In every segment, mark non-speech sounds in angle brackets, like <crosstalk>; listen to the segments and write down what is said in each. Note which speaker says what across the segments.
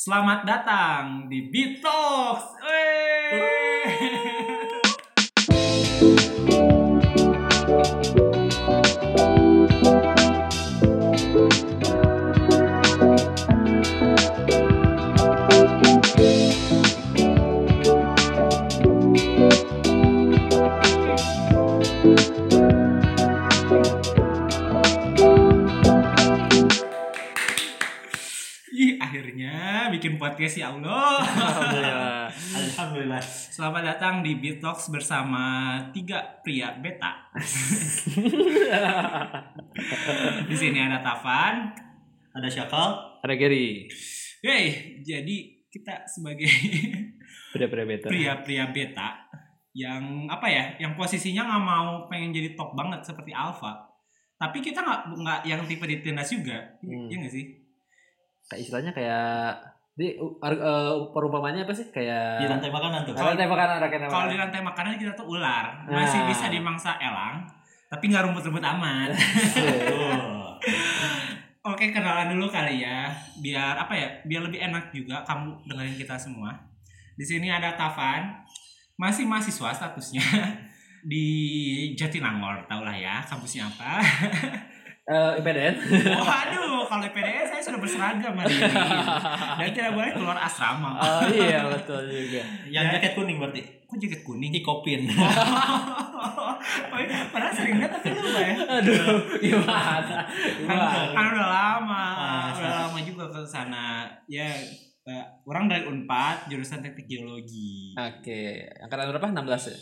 Speaker 1: Selamat datang di Beat Talks. Wey. Ih, akhirnya bikin podcast ya Allah.
Speaker 2: Alhamdulillah.
Speaker 3: Alhamdulillah.
Speaker 1: Selamat datang di Beat Talks bersama tiga pria
Speaker 3: <laughs>
Speaker 1: beta. di sini ada Tafan.
Speaker 3: Ada syakal.
Speaker 2: Ada Gary.
Speaker 1: Hey, jadi kita sebagai
Speaker 2: Beda beda beta.
Speaker 1: pria-pria beta yang apa ya, yang posisinya nggak mau pengen jadi top banget seperti alpha. Tapi kita nggak nggak yang tipe ditindas juga,
Speaker 2: Hmm.
Speaker 1: Iya nggak sih?
Speaker 2: Kayak istilahnya kayak di uh, ar- uh, perumpamannya apa sih kayak
Speaker 3: Di lantai makanan tuh.
Speaker 2: Iya. Kalau lantai makanan rakyat
Speaker 1: Iya, Kalau
Speaker 2: <laughs>
Speaker 1: di lantai makanan kita tuh ular, masih
Speaker 2: Nah.
Speaker 1: bisa dimangsa elang, tapi nggak rumput-rumput aman.
Speaker 2: Iya.
Speaker 3: Tuh.
Speaker 1: Oke, kenalan dulu kali ya. Biar apa ya? Biar lebih enak juga kamu dengerin kita semua. Di sini ada Tafan. Masih mahasiswa statusnya <laughs> di Jatinangor, tau lah ya kampusnya apa.
Speaker 3: <laughs>
Speaker 2: Eh, IPDN.
Speaker 1: Waduh, kalau PDS saya sudah berseragam hari ini. Dan tidak boleh keluar asrama.
Speaker 2: Oh iya betul juga.
Speaker 3: Yang jaket kuning berarti.
Speaker 1: Kok jaket kuning?
Speaker 3: Ikopin.
Speaker 1: <laughs> Oh, iya, Padahal sering lihat tapi lupa ya.
Speaker 2: Aduh, gimana? Gimana?
Speaker 1: Kan, kan udah lama,
Speaker 3: Ah,
Speaker 1: udah lama juga ke sana. Ya, eh, orang dari Unpad jurusan Teknik Geologi.
Speaker 2: Oke, angkatan berapa? 16 ya?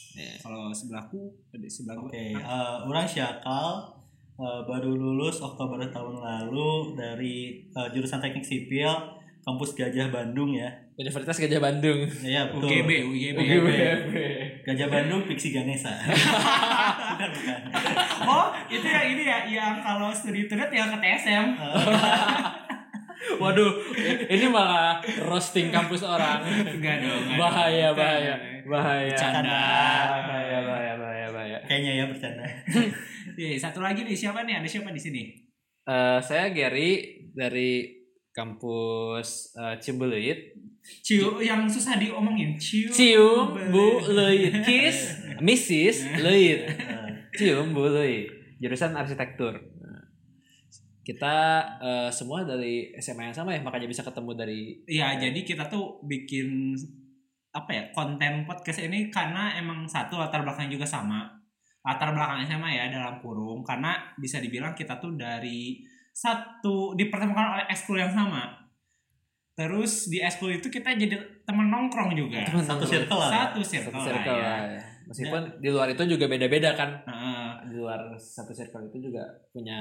Speaker 1: 16.
Speaker 2: Iya.
Speaker 1: Kalau sebelahku, ada sebelahku.
Speaker 3: Oke, eh, orang syakal eh, baru lulus Oktober tahun lalu dari eh, jurusan teknik sipil kampus Gajah Bandung ya.
Speaker 2: Universitas Gajah Bandung.
Speaker 3: Iya betul.
Speaker 1: UGB, UGB.
Speaker 2: UGB.
Speaker 3: Gajah Bandung Pixi <laughs> Ganesha. bukan bukan.
Speaker 1: Oh, itu yang ini ya, yang kalau studi turut yang ke TSM.
Speaker 2: Waduh, ini malah roasting kampus orang.
Speaker 1: Enggak dong. enggak
Speaker 2: Bahaya,
Speaker 1: dong.
Speaker 2: bahaya, bahaya.
Speaker 1: iya. Bercanda.
Speaker 2: Bahaya, bahaya, bahaya, bahaya.
Speaker 3: Kayaknya ya bercanda.
Speaker 1: Iya, satu lagi nih siapa nih? Ada siapa di sini?
Speaker 2: Eh, saya Gary dari kampus eh, Cibeleuit.
Speaker 1: Ciu yang susah diomongin. Ciu.
Speaker 2: Cium Bu Leuit.
Speaker 3: <laughs>
Speaker 2: Kiss Mrs. Leuit.
Speaker 3: Eh,
Speaker 2: Cium Bu Leuit. Jurusan arsitektur. Kita eh, semua dari SMA yang sama ya, makanya bisa ketemu dari
Speaker 1: Iya, jadi kita tuh bikin apa ya konten podcast ini karena emang satu latar belakang juga sama latar belakangnya sama ya dalam kurung karena bisa dibilang kita tuh dari satu dipertemukan oleh eskul yang sama terus di eskul itu kita jadi temen nongkrong juga
Speaker 2: teman
Speaker 3: Iya, Satu circle lah. ya.
Speaker 1: satu circle,
Speaker 2: Satu
Speaker 1: lah
Speaker 2: circle
Speaker 1: ya.
Speaker 2: lah ya. Meskipun di luar itu juga beda-beda kan
Speaker 1: Heeh.
Speaker 2: di luar satu circle itu juga punya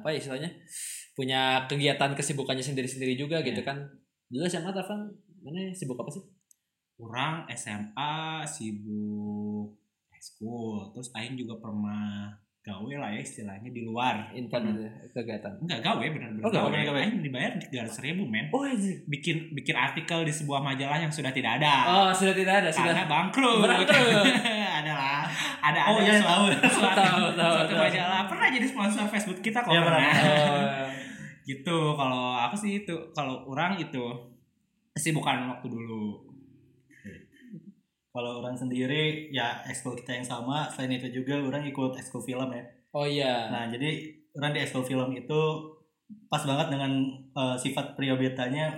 Speaker 2: apa ya istilahnya punya kegiatan kesibukannya sendiri-sendiri juga gitu
Speaker 3: Iya.
Speaker 2: kan dulu SMA Tavan mana sibuk apa sih
Speaker 1: kurang SMA sibuk eskul terus Aing juga pernah gawe lah ya istilahnya di luar
Speaker 2: intern gitu ya, kegiatan
Speaker 1: Enggak gawe benar-benar.
Speaker 2: Oh, gawe,
Speaker 3: gawe.
Speaker 1: Aing dibayar 300 ribu men.
Speaker 2: oh anjir.
Speaker 1: Bikin bikin artikel di sebuah majalah yang sudah tidak ada.
Speaker 2: oh sudah tidak ada sudah
Speaker 1: Karena bangkrut.
Speaker 2: Bangkrut.
Speaker 1: Adalah <laughs> ada
Speaker 3: Oh
Speaker 1: ada
Speaker 3: iya
Speaker 1: suatu,
Speaker 3: tahu.
Speaker 1: suatu,
Speaker 2: Tahu, tahu,
Speaker 1: suatu
Speaker 2: tahu.
Speaker 1: majalah pernah jadi sponsor Facebook kita kok
Speaker 3: Iya, pernah.
Speaker 1: pernah.
Speaker 2: Oh,
Speaker 1: gitu kalau aku sih itu kalau orang itu sih bukan waktu dulu.
Speaker 3: Kalau orang sendiri ya ekskul kita yang sama. Selain itu juga orang ikut ekskul film ya.
Speaker 2: oh iya
Speaker 3: Nah, jadi Ran di ekskul film itu pas banget dengan eh, sifat pria betanya.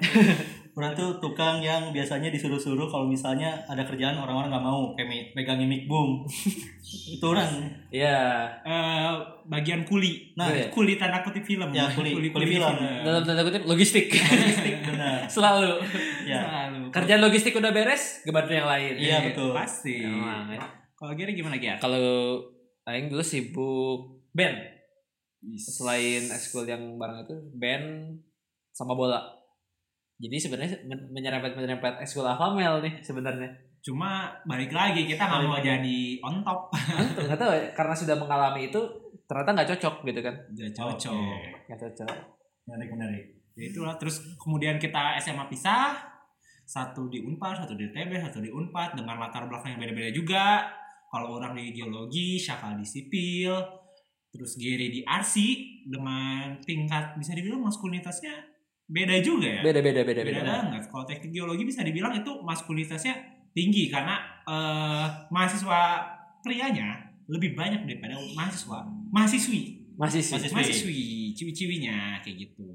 Speaker 3: Ran tuh tukang yang biasanya disuruh-suruh kalau misalnya ada kerjaan orang-orang nggak mau kayak mi- megangin mic boom. itu Ran.
Speaker 2: iya
Speaker 1: Eh, bagian kuli.
Speaker 3: Nah,
Speaker 2: Iya.
Speaker 1: kuli tanda kutip film.
Speaker 3: Ya, kuli- kuli film.
Speaker 1: Nah.
Speaker 2: dalam tanda kutip logistik
Speaker 3: logistik benar.
Speaker 2: <laughs> selalu
Speaker 1: Iya.
Speaker 3: Ya.
Speaker 1: Selalu.
Speaker 2: kerjaan logistik udah beres gebantu yang lain
Speaker 3: Iya, betul.
Speaker 1: Pasti.
Speaker 2: Emang,
Speaker 1: Iya.
Speaker 2: ya.
Speaker 1: Kalau Gary gimana Gary?
Speaker 2: kalau Aing dulu sibuk band selain ekskul yang bareng itu band sama bola jadi sebenarnya men- menyerempet menyerempet ekskul Avamel nih sebenarnya
Speaker 1: Cuma balik lagi kita nggak mau jadi on top.
Speaker 2: nggak tahu ya, karena sudah mengalami itu ternyata nggak cocok gitu kan
Speaker 1: Gak
Speaker 3: Oke.
Speaker 1: cocok.
Speaker 2: nggak cocok
Speaker 3: Menarik, menarik.
Speaker 1: Ya itulah terus kemudian kita SMA pisah. Satu di Unpad, satu di TB, satu di Unpad dengan latar belakang yang beda-beda juga. Kalau orang di geologi, Syakal di sipil, terus Giri di RC dengan tingkat bisa dibilang maskulinitasnya beda juga ya
Speaker 2: Beda beda beda
Speaker 1: beda,
Speaker 2: beda.
Speaker 1: banget kalau teknik geologi bisa dibilang itu maskulitasnya tinggi karena eh, mahasiswa prianya lebih banyak daripada mahasiswa mahasiswi
Speaker 2: Masih sih.
Speaker 3: Masih- Mahasiswi.
Speaker 1: mahasiswi ciwi-ciwinya kayak gitu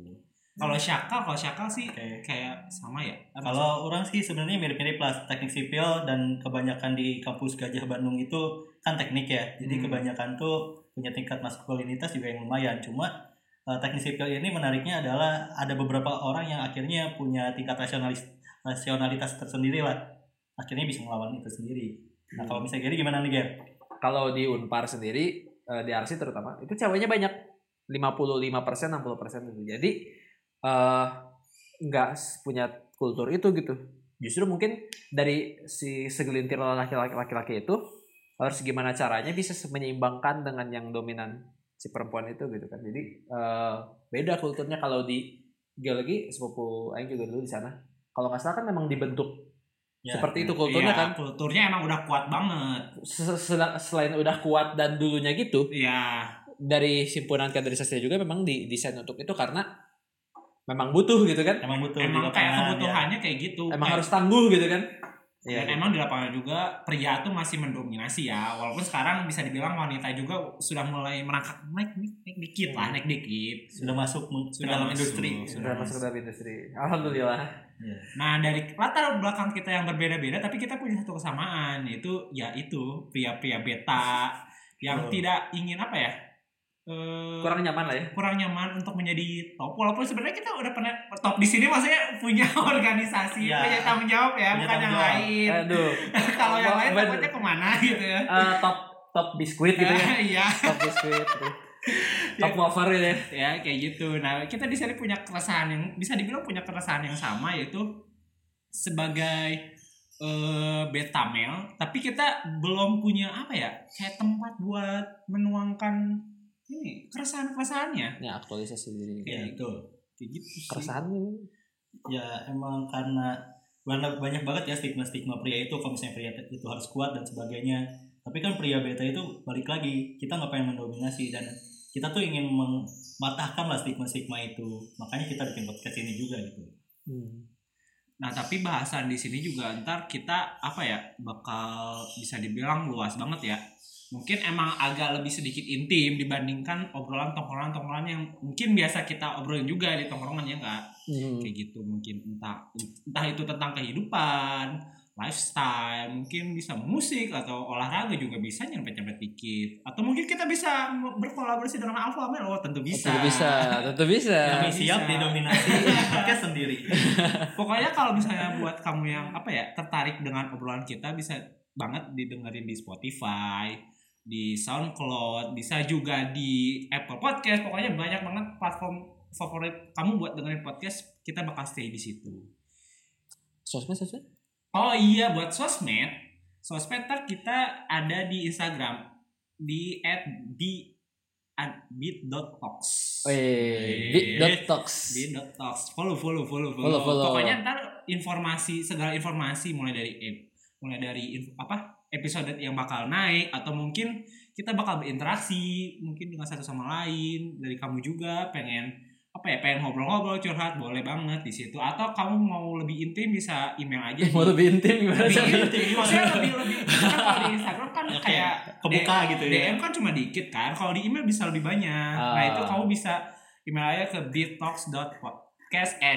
Speaker 1: kalau syakal kalau syakal sih
Speaker 3: Oke.
Speaker 1: kayak sama ya Apa sih?
Speaker 3: Kalau orang sih sebenarnya mirip-mirip lah teknik sipil dan kebanyakan di kampus Gajah Bandung itu kan teknik ya. Jadi
Speaker 1: Hmm.
Speaker 3: kebanyakan tuh punya tingkat maskulinitas juga yang lumayan. Cuma eh, teknik sipil ini menariknya adalah ada beberapa orang yang akhirnya punya tingkat rasionalis rasionalitas tersendiri lah. Akhirnya bisa melawan itu sendiri. Nah kalau
Speaker 2: Hmm.
Speaker 3: misalnya Gary gimana nih Gary?
Speaker 2: Kalau di Unpar sendiri eh, di Arsi terutama itu ceweknya banyak 55 60 gitu. Jadi eh, nggak s- punya kultur itu gitu. Justru mungkin dari si segelintir laki-laki laki-laki itu harus gimana caranya bisa se- menyeimbangkan dengan yang dominan si perempuan itu gitu kan. Jadi eh, beda kulturnya kalau di geologi sepupu Aing juga dulu di sana. Kalau nggak salah kan memang dibentuk
Speaker 3: Ya.
Speaker 2: seperti itu kulturnya
Speaker 1: Iya,
Speaker 2: kan.
Speaker 1: kulturnya emang udah kuat banget
Speaker 2: Se- se- Selain udah kuat dan dulunya gitu,
Speaker 1: iya
Speaker 2: dari simpulan kaderisasi juga memang didesain untuk itu karena memang butuh gitu kan
Speaker 3: Emang butuh di
Speaker 1: emang
Speaker 3: lapangan,
Speaker 1: kayak
Speaker 3: ya.
Speaker 1: kebutuhannya kayak gitu
Speaker 2: emang
Speaker 1: Kayak-
Speaker 2: harus tangguh gitu kan
Speaker 1: Dan
Speaker 2: Iya.
Speaker 1: emang di lapangan juga pria tuh masih mendominasi ya. Walaupun sekarang bisa dibilang wanita juga sudah mulai merangkak naik, naik, naik dikit lah,
Speaker 2: Hmm.
Speaker 1: naik dikit.
Speaker 3: sudah masuk ke
Speaker 1: Sudah
Speaker 3: dalam
Speaker 1: masuk,
Speaker 3: industri.
Speaker 1: sudah
Speaker 2: iya. sudah masuk ke dalam industri alhamdulillah
Speaker 1: Nah dari latar belakang kita yang berbeda-beda, tapi kita punya satu kesamaan yaitu ya itu pria-pria beta yang
Speaker 3: Betul.
Speaker 1: tidak ingin apa ya eh,
Speaker 2: kurang nyaman lah ya
Speaker 1: kurang nyaman untuk menjadi top. Walaupun sebenarnya kita udah pernah top di sini, maksudnya punya <laughs> organisasi,
Speaker 3: Iya.
Speaker 1: punya tanggung jawab ya,
Speaker 3: Punya
Speaker 1: bukan yang
Speaker 3: tanggung jawab. Eh,
Speaker 1: lain.
Speaker 2: aduh
Speaker 1: Kalau yang lain
Speaker 2: Bener.
Speaker 1: takutnya kemana gitu ya?
Speaker 2: Eh, top top biskuit gitu ya
Speaker 1: <laughs> Iya.
Speaker 2: top biskuit gitu. top wafer gitu ya
Speaker 1: ya kayak gitu nah kita di sini punya keresahan yang bisa dibilang punya keresahan yang sama yaitu sebagai eh, beta male tapi kita belum punya apa ya kayak tempat buat menuangkan ini keresahan keresahannya
Speaker 2: ini aktualisasi diri
Speaker 3: Ya, itu.
Speaker 1: kayak gitu sih.
Speaker 2: keresahan
Speaker 3: ya emang karena banyak banyak banget ya stigma stigma pria itu kalau misalnya pria itu harus kuat dan sebagainya tapi kan pria beta itu balik lagi kita nggak pengen mendominasi dan kita tuh ingin mematahkan lah stigma stigma itu makanya kita bikin podcast ini juga gitu
Speaker 2: Hmm.
Speaker 1: nah tapi bahasan di sini juga ntar kita apa ya bakal bisa dibilang luas banget ya mungkin emang agak lebih sedikit intim dibandingkan obrolan tongkrongan tongkrongan yang mungkin biasa kita obrolin juga di tongkrongan ya enggak
Speaker 2: Hmm.
Speaker 1: kayak gitu mungkin entah entah itu tentang kehidupan lifestyle mungkin bisa musik atau olahraga juga bisa nyerempet-nyerempet dikit atau mungkin kita bisa m- berkolaborasi dengan Alpha Male oh tentu bisa
Speaker 2: tentu bisa tentu bisa
Speaker 1: Ya,
Speaker 3: kami
Speaker 1: bisa.
Speaker 3: siap didominasi podcast sendiri
Speaker 1: pokoknya kalau misalnya buat kamu yang apa ya tertarik dengan obrolan kita bisa banget didengerin di Spotify di SoundCloud bisa juga di Apple Podcast pokoknya banyak banget platform favorit kamu buat dengerin podcast kita bakal stay di situ
Speaker 2: sosmed sosmed
Speaker 1: Oh iya buat sosmed, sosmed ntar kita ada di Instagram di at b at bit.talks.
Speaker 2: eh bit dot talks
Speaker 1: bit.talks. Follow, follow, follow, follow.
Speaker 2: Follow, follow.
Speaker 1: Pokoknya ntar informasi segala informasi mulai dari ep- mulai dari inf- apa episode yang bakal naik atau mungkin kita bakal berinteraksi mungkin dengan satu sama lain dari kamu juga pengen apa ya pengen ngobrol-ngobrol curhat boleh banget di situ atau kamu mau lebih intim bisa email aja di-
Speaker 2: <laughs> mau lebih intim gimana
Speaker 1: lebih
Speaker 2: sih?
Speaker 1: intim. Maksudnya Iya. lebih lebih kan kalau di Instagram kan
Speaker 3: Oke.
Speaker 1: kayak
Speaker 3: kebuka gitu ya
Speaker 1: DM kan cuma dikit kan. Kalau di email bisa lebih banyak. Nah,
Speaker 2: Ah.
Speaker 1: itu kamu bisa email aja ke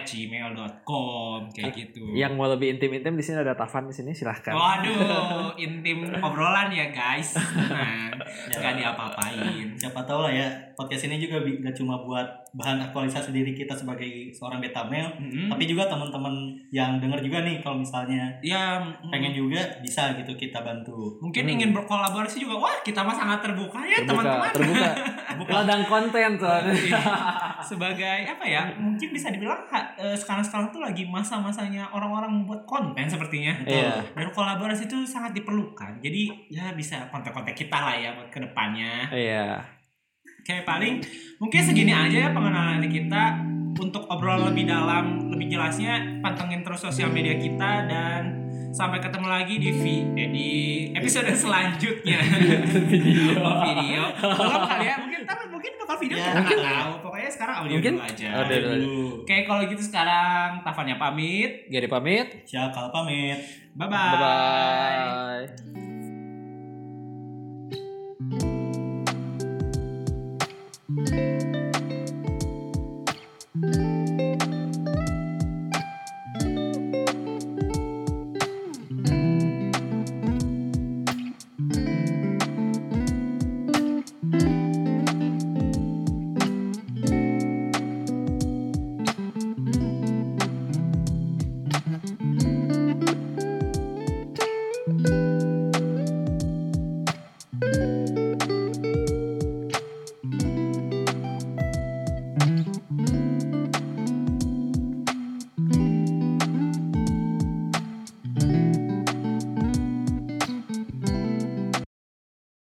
Speaker 1: detox.podcast@gmail.com kayak gitu.
Speaker 3: Iya
Speaker 2: yang mau lebih intim-intim di sini ada Tafan di sini
Speaker 3: kan?
Speaker 2: silahkan
Speaker 3: <laughs>
Speaker 1: Waduh, intim obrolan ya guys. Nah,
Speaker 3: Ya.
Speaker 1: nggak diapa-apain.
Speaker 3: siapa tahu lah ya podcast ini juga bi- nggak cuma buat bahan aktualisasi diri kita sebagai seorang beta male
Speaker 1: Mm-mm.
Speaker 3: tapi juga teman-teman yang denger juga nih kalau misalnya
Speaker 1: ya mm,
Speaker 3: pengen juga bisa gitu kita bantu
Speaker 1: mungkin
Speaker 2: Hmm.
Speaker 1: ingin berkolaborasi juga. Wah, kita mah sangat terbuka Iya. ya
Speaker 2: terbuka
Speaker 1: teman-teman.
Speaker 2: terbuka
Speaker 3: Buka
Speaker 2: ladang konten soalnya
Speaker 1: <laughs> sebagai apa ya mungkin bisa dibilang ha- eh, sekarang-sekarang tuh lagi masa-masanya orang-orang membuat konten sepertinya
Speaker 2: Iya.
Speaker 1: dan kolaborasi itu sangat diperlukan jadi ya bisa kontak-kontak kita lah ya buat kedepannya
Speaker 2: iya
Speaker 1: kayak paling mungkin segini aja ya pengenalan kita untuk obrolan lebih dalam lebih jelasnya pantengin terus sosial media kita dan Sampai ketemu lagi di vi- eh, di
Speaker 2: <laughs>
Speaker 1: episode selanjutnya. Oh,
Speaker 2: Video.
Speaker 1: video. Belum kali ya, mungkin ntar mungkin bakal video kita
Speaker 3: Ya,
Speaker 1: nggak
Speaker 2: mungkin.
Speaker 1: tahu. Pokoknya sekarang audio
Speaker 2: Mungkin.
Speaker 1: dulu aja.
Speaker 2: Audio dulu.
Speaker 1: Oke, kalau gitu sekarang Tafannya pamit.
Speaker 2: Gary pamit.
Speaker 3: Siakal pamit.
Speaker 1: Bye-bye.
Speaker 2: Bye bye.
Speaker 4: Bye.